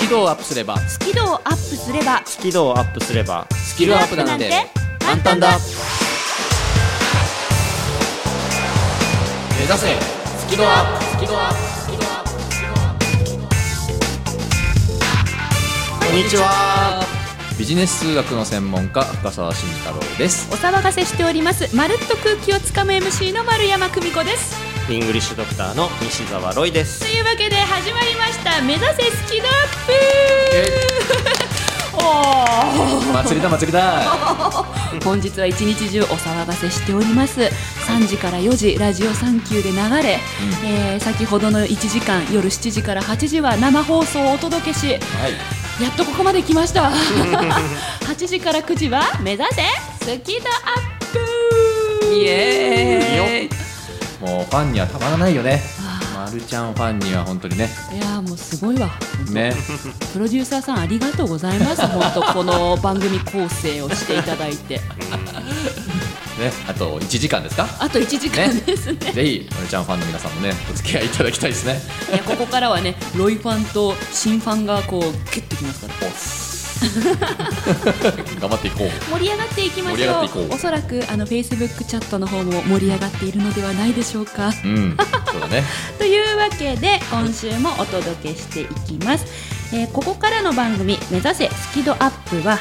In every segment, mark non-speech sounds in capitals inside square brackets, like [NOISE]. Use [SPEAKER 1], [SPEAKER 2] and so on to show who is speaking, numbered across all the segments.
[SPEAKER 1] キ度をアップすれば
[SPEAKER 2] スキルをアップすれば
[SPEAKER 3] スキルをアップすれば
[SPEAKER 1] スキルアップなんて簡単だ目指せスキルアップスキルアップスキルアップ
[SPEAKER 3] こんにちは
[SPEAKER 1] ビジネス数学の専門家深澤慎太郎です [LAUGHS]
[SPEAKER 2] お騒がせしておりますまるっと空気をつかむ MC の丸山久美子です
[SPEAKER 3] イングリッシュドクターの西澤ロイで
[SPEAKER 2] と
[SPEAKER 3] す
[SPEAKER 2] いうわけで始まりました目指せスキルア
[SPEAKER 1] え
[SPEAKER 2] ップ
[SPEAKER 1] 祭りだ祭り [LAUGHS] だ
[SPEAKER 2] おー [LAUGHS] 本日は一日中お騒がせしております3時から4時ラジオサンキューで流れ、えー先ほどの1時間夜7時から8時は生放送をお届けし
[SPEAKER 1] はい
[SPEAKER 2] やっとここまで来ました [LAUGHS] 8時から9時は目指せスキドアップ
[SPEAKER 1] イエーイ
[SPEAKER 2] い
[SPEAKER 1] もうファンにはたまらないよね
[SPEAKER 2] あ
[SPEAKER 1] まるちゃんファンには本当にね
[SPEAKER 2] やーもうすごいわ
[SPEAKER 1] ね
[SPEAKER 2] プロデューサーさんありがとうござい
[SPEAKER 1] [LAUGHS]
[SPEAKER 2] ます本当この番組構成をしていただいて
[SPEAKER 1] ねあと1時間です [LAUGHS] か
[SPEAKER 2] あと1時間
[SPEAKER 1] ね
[SPEAKER 2] ですね
[SPEAKER 1] ぜひまるちゃんファンの皆さんもねお付き合いいただきたいですね
[SPEAKER 2] いやここからはねロイファンと新ファンがこうキュッときますから
[SPEAKER 1] おっす頑張っていこう
[SPEAKER 2] 盛り上がっていきま
[SPEAKER 1] 盛り
[SPEAKER 2] し
[SPEAKER 1] 上が
[SPEAKER 2] ょ
[SPEAKER 1] っ
[SPEAKER 2] う
[SPEAKER 1] ていこう
[SPEAKER 2] おそらくあのフェイスブックチャットの方も盛り上がっているのではないでしょうか
[SPEAKER 1] うんそうだね
[SPEAKER 2] というわけで今週もお届けしていきます、えーここからの番組「目指せスキドアップは」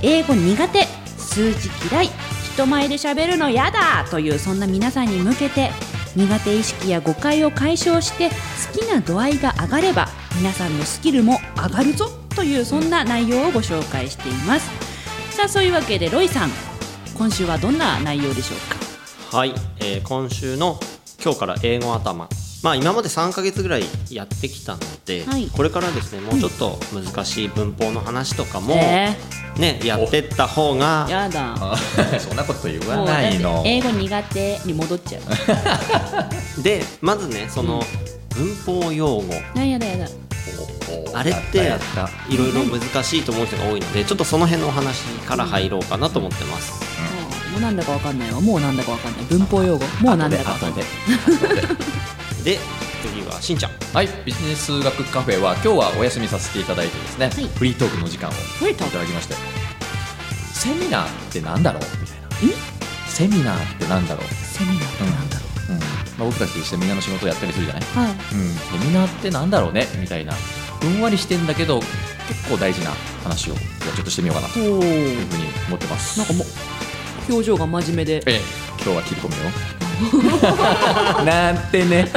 [SPEAKER 2] 英語苦手数字嫌い人前で喋るのやだというそんな皆さんに向けて苦手意識や誤解を解消して好きな度合いが上がれば皆さんのスキルも上がるぞというそんな内容をご紹介していますさあそういうわけでロイさん今週はどんな内容でしょうか
[SPEAKER 3] はい、えー今週の今日から英語頭まあ今まで3ヶ月ぐらいやってきたので、
[SPEAKER 2] はい
[SPEAKER 3] これからですねもうちょっと難しい文法の話とかも、
[SPEAKER 2] え
[SPEAKER 3] ねやってった方
[SPEAKER 2] ー、
[SPEAKER 3] が
[SPEAKER 2] やだ
[SPEAKER 1] あ [LAUGHS] そんなこと言
[SPEAKER 2] も
[SPEAKER 1] わ
[SPEAKER 2] う
[SPEAKER 1] ない
[SPEAKER 2] だっ
[SPEAKER 1] の
[SPEAKER 2] て英語苦手に戻っ
[SPEAKER 1] [LAUGHS]
[SPEAKER 2] ちゃう
[SPEAKER 3] でまずねその文法用語
[SPEAKER 2] なんやだやだ
[SPEAKER 1] おお
[SPEAKER 3] あれって
[SPEAKER 1] やったやった
[SPEAKER 3] いろいろ難しいと思う人が多いのでちょっとその辺のお話から入ろうかなと思ってます、
[SPEAKER 2] もうなんだかわかんないわもうなんだかわかんない文法用語もうなんだかわかんない
[SPEAKER 3] で次はしんちゃん
[SPEAKER 1] はい、ビジネス数学カフェは今日はお休みさせていただいてですね、
[SPEAKER 2] い
[SPEAKER 1] フリートークの時間をい
[SPEAKER 2] フリート
[SPEAKER 1] た
[SPEAKER 2] ーク
[SPEAKER 1] だきましてセミナーってなんだろうみたいなセミナーってなんだろう、
[SPEAKER 2] セミナーってなんだろ
[SPEAKER 1] うんまあ、僕たちセミナーの仕事をやったりするじゃない、
[SPEAKER 2] うはい
[SPEAKER 1] うん、セミナーってなんだろうねみたいなふんわりしてんだけど結構大事な話を今日はちょっとしてみようかなという
[SPEAKER 2] おー
[SPEAKER 1] ふうに思ってます
[SPEAKER 2] なんかもう表情が真面目で
[SPEAKER 1] ええ今日は切り込みよ [LAUGHS] なんてね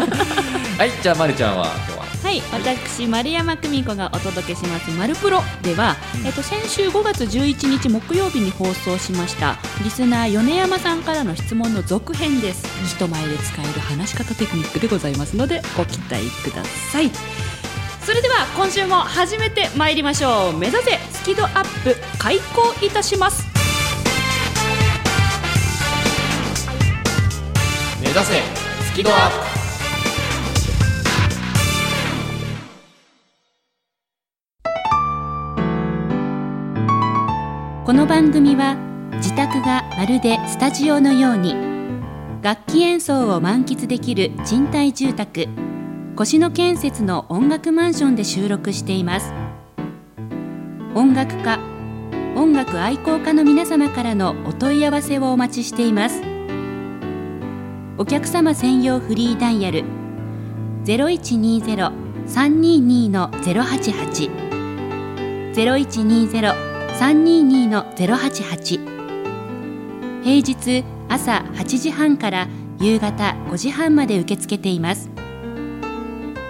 [SPEAKER 1] はいじゃあまるちゃんは今日は
[SPEAKER 2] はい私丸山久美子がお届けします「まるプロ」では、
[SPEAKER 1] うん
[SPEAKER 2] えっと、先週5月11日木曜日に放送しましたリスナー米山さんからの質問の続編です
[SPEAKER 1] うん
[SPEAKER 2] 人前で使える話し方テクニックでございますのでご期待くださいそれでは今週も始めてまいりましょう目指せスキドアップ開講いたします
[SPEAKER 1] 目指せスキドアップ
[SPEAKER 2] この番組は自宅がまるでスタジオのように楽器演奏を満喫できる賃貸住宅越野建設の音楽マンションで収録しています音楽家音楽愛好家の皆様からのお問い合わせをお待ちしていますお客様専用フリーダイヤル0120-322-088 0120-322-088平日朝8時半から夕方5時半まで受け付けています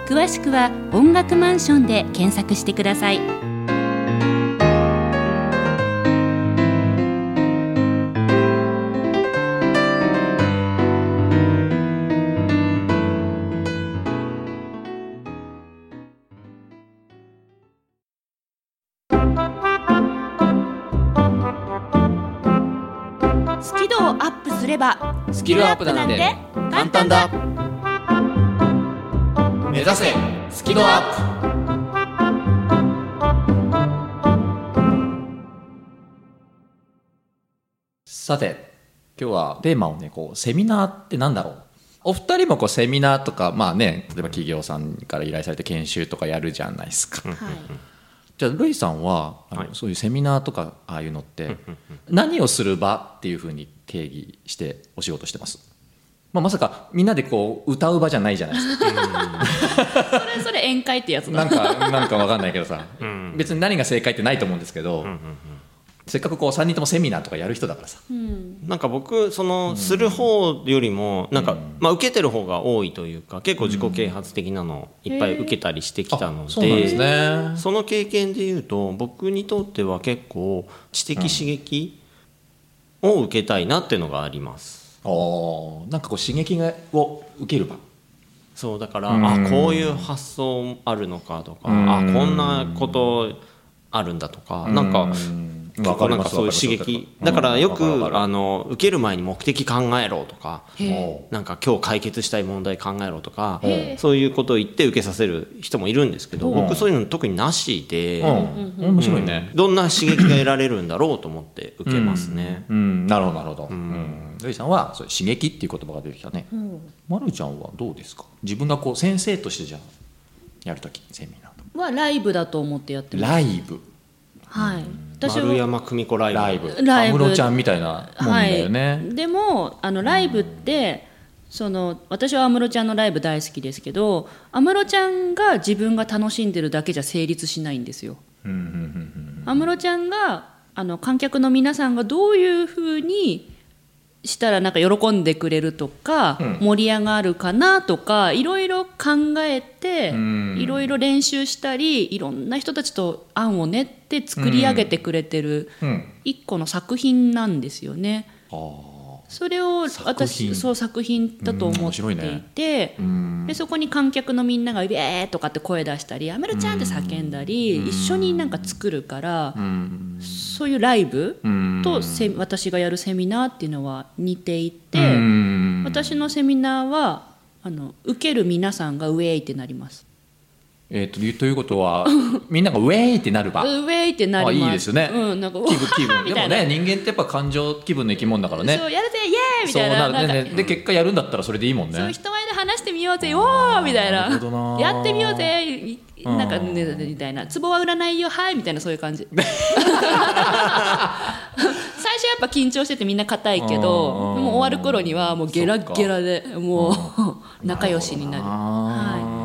[SPEAKER 2] 詳しくは音楽マンションで検索してくださいスキドをアップすれば
[SPEAKER 1] スキルアップなんて簡単だ目指せスキルアップさて今日はテーマをねこうセミナーってなんだろうお二人もこうセミナーとかまあね例えば企業さんから依頼されて研修とかやるじゃないですか、
[SPEAKER 2] はい
[SPEAKER 1] じゃあルイさんはあの
[SPEAKER 3] はい
[SPEAKER 1] そういうセミナーとかああいうのって何をする場っていうふうに定義してお仕事してます、まあ、まさかみんなでこう歌う場じゃないじゃない
[SPEAKER 3] [LAUGHS]
[SPEAKER 1] ですか
[SPEAKER 2] [LAUGHS] それそれ宴会ってやつ
[SPEAKER 1] な
[SPEAKER 2] だ
[SPEAKER 1] んかなんかわかんないけどさ
[SPEAKER 3] ん
[SPEAKER 1] 別に何が正解ってないと思うんですけど、
[SPEAKER 3] うん
[SPEAKER 1] せっかくこう3人ともセミナーとかやる人だからさ
[SPEAKER 2] うん
[SPEAKER 3] なんか僕そのする方よりもなんか、まあ、受けてる方が多いというか結構自己啓発的なのいっぱい受けたりしてきたの
[SPEAKER 1] あ
[SPEAKER 3] で,、
[SPEAKER 1] そうなんですね
[SPEAKER 3] その経験でいうと僕にとっては結構知的刺激を受けたいなっていうのがあります。
[SPEAKER 1] おーなんかこう刺激がを受ける場
[SPEAKER 3] そうだから、
[SPEAKER 1] うん
[SPEAKER 3] あこういう発想あるのかとか、あ
[SPEAKER 1] うん
[SPEAKER 3] こんなことあるんだとか、なんか
[SPEAKER 1] うん
[SPEAKER 3] 結
[SPEAKER 1] わか
[SPEAKER 3] 構
[SPEAKER 1] り
[SPEAKER 3] なん
[SPEAKER 1] ま
[SPEAKER 3] か
[SPEAKER 1] す
[SPEAKER 3] そういう刺
[SPEAKER 1] わかり
[SPEAKER 3] 激
[SPEAKER 1] ます
[SPEAKER 3] だからよく、
[SPEAKER 1] うんわかるわか
[SPEAKER 3] あの受ける前に目的考えろとか
[SPEAKER 1] る
[SPEAKER 2] へー
[SPEAKER 1] お
[SPEAKER 3] なんか今日解決したい問題考えろとか
[SPEAKER 2] へー
[SPEAKER 3] そういうことを言って受けさせる人もいるんですけど
[SPEAKER 1] うん
[SPEAKER 3] 僕そういうの特になしで、
[SPEAKER 1] ーうん面白いね、
[SPEAKER 3] うんどんな刺激が得られるんだろうと思って受けますね。
[SPEAKER 1] うん、なるほどなるほど。うん、ルイさんはそう刺激っていう言葉が出てきたね。まるちゃんはどうですか。自分がこう先生としてじゃあやるときセミナーとか
[SPEAKER 2] はライブだと思ってやってます
[SPEAKER 1] ライブ
[SPEAKER 2] はい私
[SPEAKER 3] 丸
[SPEAKER 2] は
[SPEAKER 3] 山久美子ライブ
[SPEAKER 1] ライブ
[SPEAKER 2] ライブ
[SPEAKER 1] 安室ちゃんみたいなもん
[SPEAKER 2] は
[SPEAKER 1] だよ
[SPEAKER 2] い、
[SPEAKER 1] ね。
[SPEAKER 2] でもあのライブって、その私は安室ちゃんのライブ大好きですけど安室ちゃんが自分が楽しんでるだけじゃ成立しないんですよ
[SPEAKER 1] うんうんうん
[SPEAKER 2] 安室ちゃんがあの観客の皆さんがどういうふうにしたらなんか喜んでくれるとか、
[SPEAKER 1] うん
[SPEAKER 2] 盛り上がるかなとかいろいろ考えて
[SPEAKER 1] ん
[SPEAKER 2] いろいろ練習したりいろんな人たちと案を練って作り上げてくれてる
[SPEAKER 1] うん。うん。
[SPEAKER 2] 一個の作品なんですよね。
[SPEAKER 1] ああ。
[SPEAKER 2] それを
[SPEAKER 1] 品
[SPEAKER 2] 私そう作品だと
[SPEAKER 1] うん
[SPEAKER 2] 思
[SPEAKER 1] 面
[SPEAKER 2] って
[SPEAKER 1] 白いね
[SPEAKER 2] いて、
[SPEAKER 1] うん。
[SPEAKER 2] でそこに観客のみんなが「イエー!」とかって声出したり「やめるちゃん!」って叫んだり、一緒になんか作るから、
[SPEAKER 1] うん。
[SPEAKER 2] そういうライブ
[SPEAKER 1] うん。
[SPEAKER 2] とセ私がやるセミナーっていうのは似ていて、
[SPEAKER 1] うん。
[SPEAKER 2] 私のセミナーはあの受ける皆さんが「ウェイ!」ってなります。
[SPEAKER 1] えっ、とということ
[SPEAKER 2] [LAUGHS]
[SPEAKER 1] はみんながウェイってなる
[SPEAKER 2] ウ
[SPEAKER 1] 場。
[SPEAKER 2] ェイってなります。
[SPEAKER 1] あいいですよね
[SPEAKER 2] うん、なんか
[SPEAKER 1] 気分気分
[SPEAKER 2] み
[SPEAKER 1] で
[SPEAKER 2] た
[SPEAKER 1] も
[SPEAKER 2] いな
[SPEAKER 1] ね人間ってやっぱ感情気分の生き物だからね
[SPEAKER 2] そうやるぜイエーイみたいな
[SPEAKER 1] そうなるね
[SPEAKER 2] なんか
[SPEAKER 1] ねで結果やるんだったらそれでいいもんね
[SPEAKER 2] そう人前で話してみようぜおーみたい
[SPEAKER 1] な
[SPEAKER 2] な
[SPEAKER 1] るほどな
[SPEAKER 2] やってみようぜい
[SPEAKER 1] うん
[SPEAKER 2] なんかねみたいなツボは売らないよはいみたいなそういう感じ最初やっぱ緊張しててみんな硬いけ
[SPEAKER 1] う
[SPEAKER 2] ど
[SPEAKER 1] ん
[SPEAKER 2] でもう終わる頃にはもうゲラッゲラでもう仲良しになる
[SPEAKER 1] あー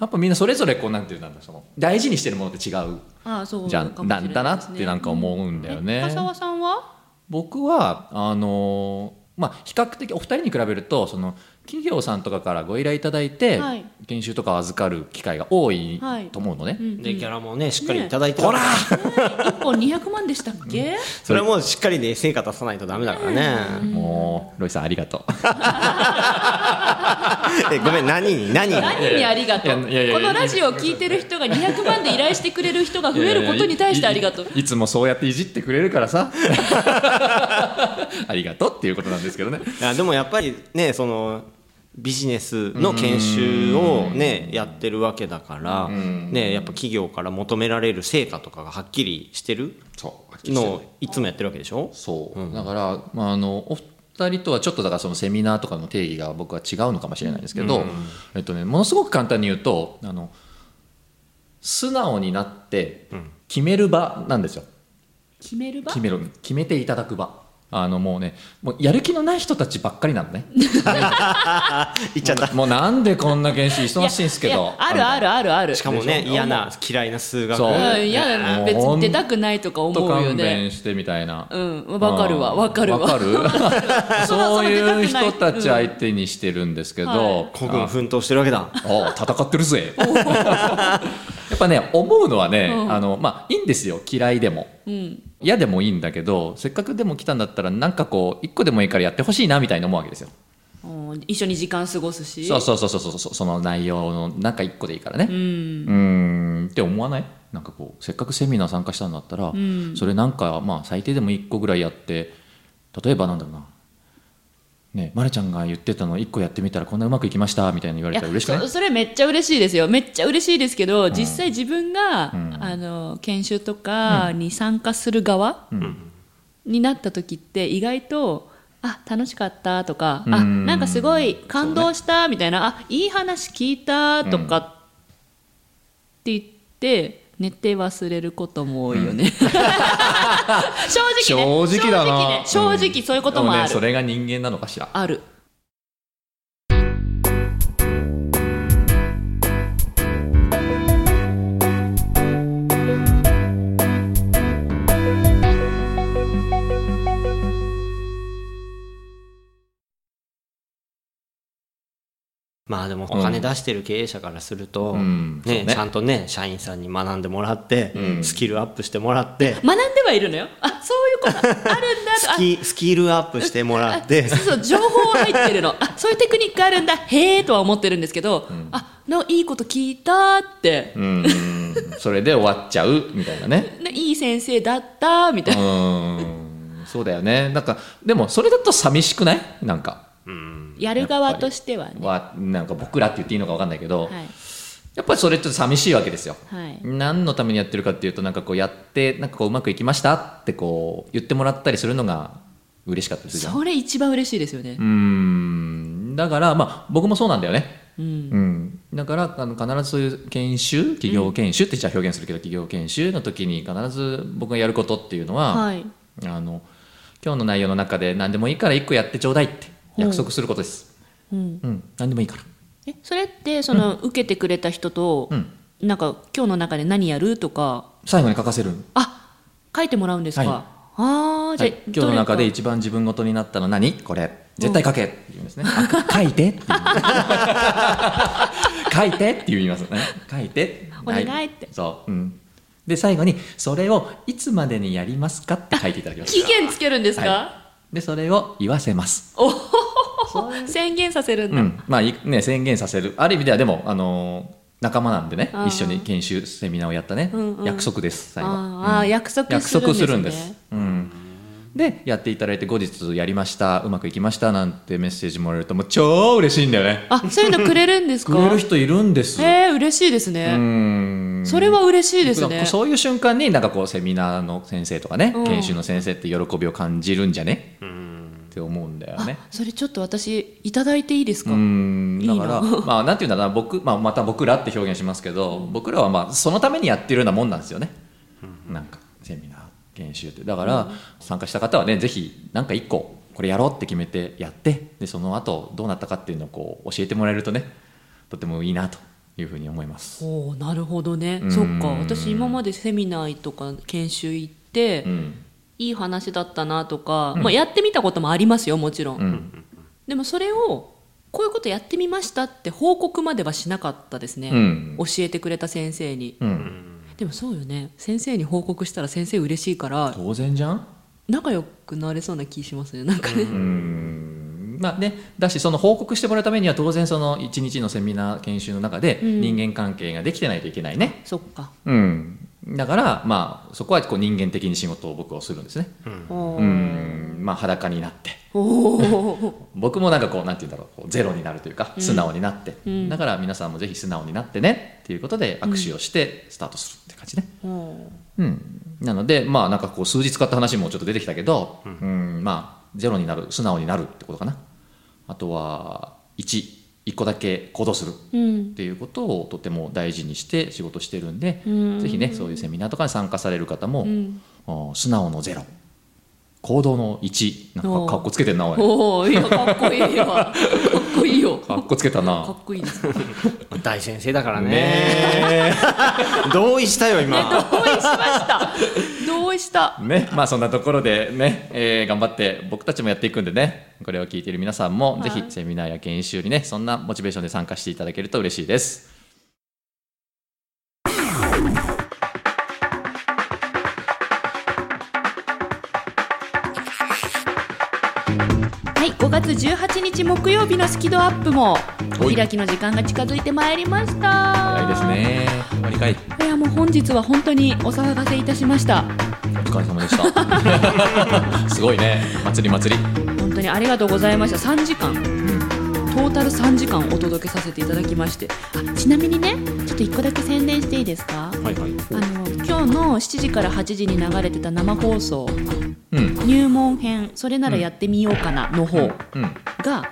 [SPEAKER 1] やっぱみんなそれぞれこうなんていうんだろうその大事にしてるものって違う
[SPEAKER 2] ああそう
[SPEAKER 1] じゃん
[SPEAKER 2] かもしれ
[SPEAKER 1] ないん
[SPEAKER 2] ですね
[SPEAKER 1] だなってなんか思うんだよ
[SPEAKER 2] え
[SPEAKER 1] ね
[SPEAKER 2] 深。澤さんは
[SPEAKER 1] 僕はあのーまあ、比較的お二人に比べるとその企業さんとかからご依頼いただいて、
[SPEAKER 2] はい
[SPEAKER 1] 研修とかを預かる機会が多い
[SPEAKER 2] はい
[SPEAKER 1] と思うのね、
[SPEAKER 2] うん
[SPEAKER 3] でギャラもねしっかりいただいて、
[SPEAKER 1] ほら
[SPEAKER 2] 1本200万でしたっけ
[SPEAKER 3] それはもうしっかりね成果出さないとダメだからね、
[SPEAKER 1] もうロイさんありがとう
[SPEAKER 3] えごめん何に何に
[SPEAKER 2] 何にありがとう
[SPEAKER 1] いやいやいやいや
[SPEAKER 2] このラジオを聞いてる人が200万で依頼してくれる人が増えることに対してありがとう
[SPEAKER 1] [LAUGHS] いやいやいいいつもそうやっていじってくれるから
[SPEAKER 2] [LAUGHS]
[SPEAKER 1] さありがとうっていうことなんですけどね
[SPEAKER 3] いやでもやっぱりねそのビジネスの研修をねやってるわけだからねやっぱ企業から求められる成果とかがはっきりしてる
[SPEAKER 1] そう
[SPEAKER 3] のをいつもやってるわけでしょ
[SPEAKER 1] そう、だから、まあ、あのお二人とはちょっとだからそのセミナーとかの定義が僕は違うのかもしれないんですけど、えっとね、ものすごく簡単に言うとあの素直になって決める場なんですよ
[SPEAKER 2] 決める場
[SPEAKER 1] 決める決めていただく場あのもうねもうやる気のない人たちばっかりなのね
[SPEAKER 3] 言っちゃった
[SPEAKER 1] もうなんでこんな研修忙しいんですけ
[SPEAKER 2] いやい
[SPEAKER 1] ど
[SPEAKER 2] やあるあるあるある
[SPEAKER 3] しかもね
[SPEAKER 1] でしょ
[SPEAKER 3] 嫌な嫌いな数学
[SPEAKER 1] そう
[SPEAKER 2] うん、いや
[SPEAKER 1] もう
[SPEAKER 2] 別に出たくないとか
[SPEAKER 1] ほん
[SPEAKER 2] 思
[SPEAKER 1] と
[SPEAKER 2] うよ
[SPEAKER 1] 勘
[SPEAKER 2] ね
[SPEAKER 1] 弁してみたいな
[SPEAKER 2] うんわかるわ
[SPEAKER 1] うん
[SPEAKER 2] わかるわ
[SPEAKER 1] わかる
[SPEAKER 2] その
[SPEAKER 1] そういう
[SPEAKER 2] 出たくない
[SPEAKER 1] 人たち相手にしてるんですけ
[SPEAKER 2] は
[SPEAKER 1] ど、
[SPEAKER 3] 孤軍奮闘してるわけだ
[SPEAKER 1] ああ戦ってるぜ [LAUGHS] やっぱね思うのはね、
[SPEAKER 2] うん
[SPEAKER 1] あのまあいいんですよ嫌いでも
[SPEAKER 2] うん
[SPEAKER 1] 嫌でもいいんだけどせっかくでも来たんだったらなんかこう一個でもいいからやってほしいなみたいに思うわけですよ
[SPEAKER 2] うん一緒に時間過ごすし
[SPEAKER 1] そうそうそうそうそうそうその内容のなんか一個でいいからね
[SPEAKER 2] うん
[SPEAKER 1] うーんって思わないなんかこうせっかくセミナー参加したんだったら、
[SPEAKER 2] ん
[SPEAKER 1] それなんかまあ最低でも一個ぐらいやって例えばなんだろうなねまるちゃんが言ってたの一個やってみたらこんなうまくいきましたみたいに言わ
[SPEAKER 2] い
[SPEAKER 1] れ
[SPEAKER 2] や
[SPEAKER 1] たら嬉しくない
[SPEAKER 2] そそれめっちゃ嬉しいですよめっちゃ嬉しいですけど、実際自分が、
[SPEAKER 1] ん
[SPEAKER 2] あの研修とかに参加する側、になった時って意外とあ楽しかったとか、あ
[SPEAKER 1] うん
[SPEAKER 2] なんかすごい感動したみたいな、あいい話聞いたとかって言って、寝て忘れることも多いよね、 [LAUGHS] 正直ね
[SPEAKER 1] 正直だな
[SPEAKER 2] 正直,、ね、正直そういうことも
[SPEAKER 1] で
[SPEAKER 2] あ
[SPEAKER 1] ね
[SPEAKER 2] る、
[SPEAKER 1] それが人間なのかしら
[SPEAKER 2] ある
[SPEAKER 3] まあでもお金出してる経営者からすると、
[SPEAKER 1] ん
[SPEAKER 3] ね
[SPEAKER 1] そうね
[SPEAKER 3] ちゃんとね社員さんに学んでもらって、スキルアップしてもらって
[SPEAKER 2] 学んではいるのよあそういうことあるんだと
[SPEAKER 3] スキスキルアップしてもらって
[SPEAKER 2] そうそう情報は入ってるのあそういうテクニックあるんだへえとは思ってるんですけど、あのいいこと聞いたって、
[SPEAKER 1] うんそれで終わっちゃうみたいなね
[SPEAKER 2] ねいい先生だったみたいうな、
[SPEAKER 1] んそうだよねなんかでもそれだと寂しくないなんか
[SPEAKER 2] やる側としてはね
[SPEAKER 1] わなんか僕らって言っていいのか分かんないけど、
[SPEAKER 2] はい
[SPEAKER 1] やっぱりそれちょっと寂しいわけですよ、
[SPEAKER 2] はい
[SPEAKER 1] 何のためにやってるかっていうとなんかこうやってなんかこううまくいきましたってこう言ってもらったりするのが嬉しかったりするじゃん
[SPEAKER 2] それ一番嬉しいですよね
[SPEAKER 1] う、ーんだからまあ僕もそうなんだよね
[SPEAKER 2] うん
[SPEAKER 1] うん、だからあの必ずそういう研修企業研修ってじゃあ表現するけど、企業研修の時に必ず僕がやることっていうのは、
[SPEAKER 2] はい
[SPEAKER 1] あの今日の内容の中で何でもいいから1個やってちょうだいって約束することです、
[SPEAKER 2] うん、
[SPEAKER 1] うん何でもいいから
[SPEAKER 2] えそれってその、受けてくれた人と、
[SPEAKER 1] うん
[SPEAKER 2] なんか今日の中で何やるとか
[SPEAKER 1] 最後に書かせる
[SPEAKER 2] あ書いてもらうんですか、
[SPEAKER 1] はい
[SPEAKER 2] ああじゃあ、
[SPEAKER 1] はい今日の中で
[SPEAKER 2] どれ
[SPEAKER 1] 一番自分ごとになったの何これ絶対書けって言うんですね、あ書いてって言う書いてって言いますね書いて
[SPEAKER 2] お願い
[SPEAKER 1] は
[SPEAKER 2] って
[SPEAKER 1] そう、うん、で最後にそれをいつまでにやりますかって書いていただきま
[SPEAKER 2] か
[SPEAKER 1] す
[SPEAKER 2] 期限つけるんですか、
[SPEAKER 1] はい、でそれを言わせます、
[SPEAKER 2] [LAUGHS] 宣言させるんだ、
[SPEAKER 1] うんまあいね、宣言させるある意味ではでも、あのー仲間なんでね
[SPEAKER 2] あー
[SPEAKER 1] 一緒に研修セミナーをやったね、
[SPEAKER 2] うんうん
[SPEAKER 1] 約束です最後
[SPEAKER 2] あーあー約束
[SPEAKER 1] 約束す
[SPEAKER 2] す
[SPEAKER 1] る
[SPEAKER 2] る
[SPEAKER 1] ん
[SPEAKER 2] ん
[SPEAKER 1] で
[SPEAKER 2] ですすね
[SPEAKER 1] うん、でやっていただいて後日やりましたうまくいきましたなんてメッセージもらえるともう超嬉しいんだよね
[SPEAKER 2] あ、そういうのくれるんですか。
[SPEAKER 1] くれる人いるんです
[SPEAKER 2] えー、嬉しいです
[SPEAKER 1] う
[SPEAKER 2] ね。
[SPEAKER 1] ん
[SPEAKER 2] それは嬉しいです
[SPEAKER 1] なんか
[SPEAKER 2] ね。
[SPEAKER 1] そういう瞬間になんかこうセミナーの先生とかね、
[SPEAKER 2] うん
[SPEAKER 1] 研修の先生って喜びを感じるんじゃねって思うんだよね。
[SPEAKER 2] それちょっと私いただいていいですか。
[SPEAKER 1] うん
[SPEAKER 2] いい
[SPEAKER 1] だ
[SPEAKER 2] な
[SPEAKER 1] からまあなんていうんだろうな僕、まあ、また僕らって表現しますけど、僕らはまあそのためにやってるようなもんなんですよね、なんかセミナー研修ってだから、参加した方はねぜひなんか一個これやろうって決めてやってでその後どうなったかっていうのをこう教えてもらえるとねとてもいいなというふうに思います、
[SPEAKER 2] おお、なるほどね
[SPEAKER 1] う。ん
[SPEAKER 2] そっか。私今までセミナーとか研修行って、
[SPEAKER 1] うん
[SPEAKER 2] いい話だったなとか、まあやってみたこともありますよ、もちろん。
[SPEAKER 1] うん
[SPEAKER 2] でもそれをこういうことやってみましたって報告まではしなかったですね。
[SPEAKER 1] うん
[SPEAKER 2] 教えてくれた先生に。
[SPEAKER 1] うん、
[SPEAKER 2] でもそうよね。先生に報告したら先生嬉しいから
[SPEAKER 1] 当然じゃん
[SPEAKER 2] 仲良くなれそうな気しますね。なんかね。
[SPEAKER 1] まあね、だしその報告してもらうためには当然その1日のセミナー研修の中で
[SPEAKER 2] うん
[SPEAKER 1] 人間関係ができてないといけないね、
[SPEAKER 2] そっか。
[SPEAKER 1] うん、だから、まあ、そこはこう人間的に仕事を僕はするんですね、
[SPEAKER 2] おー
[SPEAKER 1] うんまあ、裸になって
[SPEAKER 2] おー
[SPEAKER 1] 僕もなんかこうなんて言うんだろうこうゼロになるというか素直になって、
[SPEAKER 2] うん
[SPEAKER 1] だから皆さんもぜひ素直になってねっていうことで握手をしてスタートするって感じね、
[SPEAKER 2] お
[SPEAKER 1] うん、なのでまあなんかこう数日使った話もちょっと出てきたけど、うんまあゼロになる素直になるってことかなあとは11個だけ行動するっ
[SPEAKER 2] ーうん
[SPEAKER 1] ていうことをとても大事にして仕事してるんで、
[SPEAKER 2] うん
[SPEAKER 1] ぜひねそういうセミナーとかに参加される方も、
[SPEAKER 2] うん
[SPEAKER 1] うん素直のゼロ行動の1なん
[SPEAKER 2] お
[SPEAKER 1] か
[SPEAKER 2] ー
[SPEAKER 1] かっこつけてんなおい
[SPEAKER 2] おおいやかっこい
[SPEAKER 1] [LAUGHS]
[SPEAKER 2] いわかっこいいよ
[SPEAKER 1] か
[SPEAKER 2] か
[SPEAKER 1] っこつけたな
[SPEAKER 2] っこいいですね
[SPEAKER 3] 大先生だからね
[SPEAKER 1] ね
[SPEAKER 3] 同意したよ今
[SPEAKER 2] 同意しました同意した
[SPEAKER 1] ねまあそんなところでね、えー頑張って僕たちもやっていくんでねこれを聞いている皆さんも
[SPEAKER 2] は
[SPEAKER 1] ぜ
[SPEAKER 2] い
[SPEAKER 1] ひセミナーや研修にねそんなモチベーションで参加していただけると嬉しいです
[SPEAKER 2] はい5月18日木曜日のスキドアップもお
[SPEAKER 1] い
[SPEAKER 2] 開きの時間が近づいてまいりました
[SPEAKER 1] 早いですね終わりかい
[SPEAKER 2] いやもう本日は本当にお騒がせいたしました
[SPEAKER 1] お疲れ様でした [LAUGHS] すごいね祭り祭り
[SPEAKER 2] 本当にありがとうございました3時間トータル3時間お届けさせていただきましてあちなみにねちょっと1個だけ宣伝していいですか
[SPEAKER 3] はいはい
[SPEAKER 2] あの今日の7時から8時に流れてた生放送
[SPEAKER 1] うん
[SPEAKER 2] 入門編それならやってみようかなの方
[SPEAKER 1] うん
[SPEAKER 2] が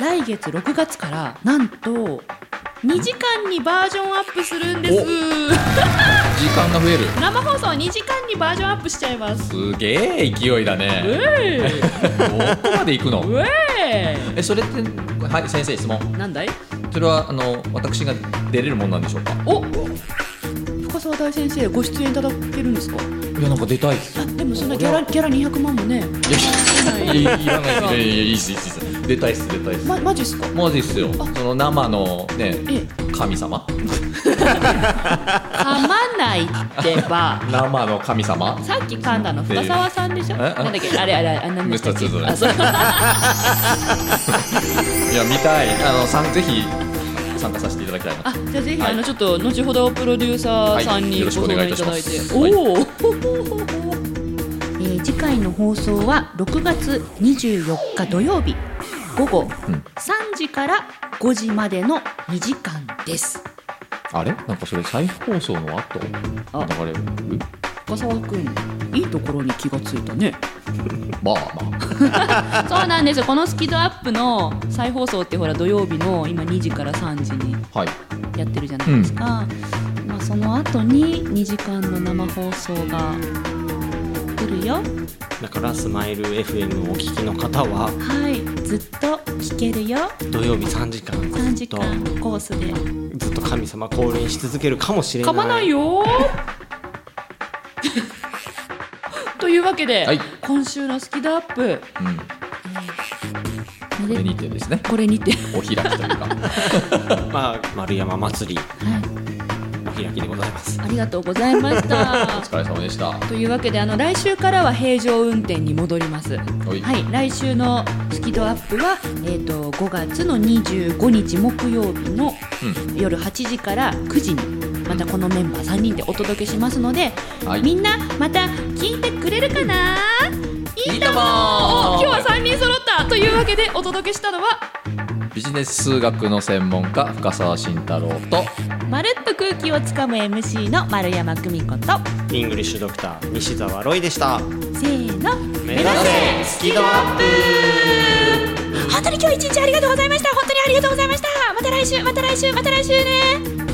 [SPEAKER 2] 来月6月からなんと2時間にバージョンアップするんです
[SPEAKER 1] 時間が増える
[SPEAKER 2] 生放送2時間にバージョンアップしちゃい
[SPEAKER 3] [LAUGHS]
[SPEAKER 2] ます
[SPEAKER 1] すげえ勢いだ
[SPEAKER 2] う
[SPEAKER 1] ね
[SPEAKER 2] えい
[SPEAKER 1] どこまで行くの
[SPEAKER 2] うえ
[SPEAKER 1] えそれってはい先生質問
[SPEAKER 2] いなんだい
[SPEAKER 1] それはあの私が出れるもんなんでしょうか
[SPEAKER 2] お深沢大先生ご出演いただけるんですか
[SPEAKER 1] いやなんか出たいです
[SPEAKER 2] あでもそんなギャラギャラ200万もね
[SPEAKER 1] いやいやいらないいやいやいやいいっすいいっすいいっす出たいっす出たいっす
[SPEAKER 2] まマジっすか
[SPEAKER 1] マジっすよその生のね
[SPEAKER 2] え
[SPEAKER 1] 神様
[SPEAKER 2] 噛まないってば
[SPEAKER 1] 生の神様
[SPEAKER 2] さっき噛んだの深沢さんでしょ
[SPEAKER 1] え
[SPEAKER 2] なんだっけあれあれあれ何でしたっけ
[SPEAKER 1] ムスタツード
[SPEAKER 2] あそ
[SPEAKER 1] [LAUGHS]
[SPEAKER 2] う
[SPEAKER 1] いや見たいあのさんぜひ参加させていただきたいな
[SPEAKER 2] あじゃあぜひ、
[SPEAKER 1] はい
[SPEAKER 2] あのちょっと後ほどプロデューサーさん
[SPEAKER 1] はい
[SPEAKER 2] に
[SPEAKER 1] よ
[SPEAKER 2] ご
[SPEAKER 1] ろしく
[SPEAKER 2] 相
[SPEAKER 1] お
[SPEAKER 2] 談
[SPEAKER 1] 願い
[SPEAKER 2] い
[SPEAKER 1] いた
[SPEAKER 2] た
[SPEAKER 1] し
[SPEAKER 2] だ
[SPEAKER 1] ま
[SPEAKER 2] いて、
[SPEAKER 1] す
[SPEAKER 2] おお、えー次 [LAUGHS] 回の放送は6月24日土曜日午後3時から5時までの2時間です
[SPEAKER 1] あれなんかそれ再放送の後
[SPEAKER 2] あ
[SPEAKER 1] 流れる
[SPEAKER 2] 深沢君いいところに気がついたね
[SPEAKER 1] まあまあ
[SPEAKER 2] そうなんですよこのスキドアップの再放送ってほら土曜日の今2時から3時に
[SPEAKER 1] はい
[SPEAKER 2] やってるじゃないですか、まあ、その後に2時間の生放送が来るよ
[SPEAKER 3] だからスマイル FM をお聞きの方は
[SPEAKER 2] はいずっと聞けるよ
[SPEAKER 3] 土曜日3時間
[SPEAKER 2] 3時間コースで
[SPEAKER 3] ずっと神様降臨し続けるかもしれない
[SPEAKER 2] 噛まない [LAUGHS] よーというわけで、
[SPEAKER 1] はい
[SPEAKER 2] 今週の「スキドアップ
[SPEAKER 1] うん」これにてですね
[SPEAKER 2] これにて、
[SPEAKER 1] お開きという [LAUGHS] か
[SPEAKER 3] まあ、丸山祭り
[SPEAKER 2] はい、
[SPEAKER 3] お開きでございます
[SPEAKER 2] ありがとうございまし
[SPEAKER 1] お
[SPEAKER 2] た
[SPEAKER 1] 疲れ様でした
[SPEAKER 2] というわけであの来週からは平常運転に戻ります。
[SPEAKER 1] い
[SPEAKER 2] はい、来週のスキドアップはえっ、と5月の25日木曜日の夜8時から9時にまたこのメンバー3人でお届けしますので、
[SPEAKER 1] はい
[SPEAKER 2] みんなまた聞いてくれるかな？いいとも。お今日は3人揃ったというわけでお届けしたのは
[SPEAKER 1] ビジネス数学の専門家深澤慎太郎と
[SPEAKER 2] まるっと空気をつかむ MC の丸山久美子と
[SPEAKER 3] イングリッシュドクター西澤ロイでした
[SPEAKER 2] せーの
[SPEAKER 3] 目指せスキドアップ
[SPEAKER 2] 本当に今日一日ありがとうございました本当にありがとうございましたまた来週また来週また来週ね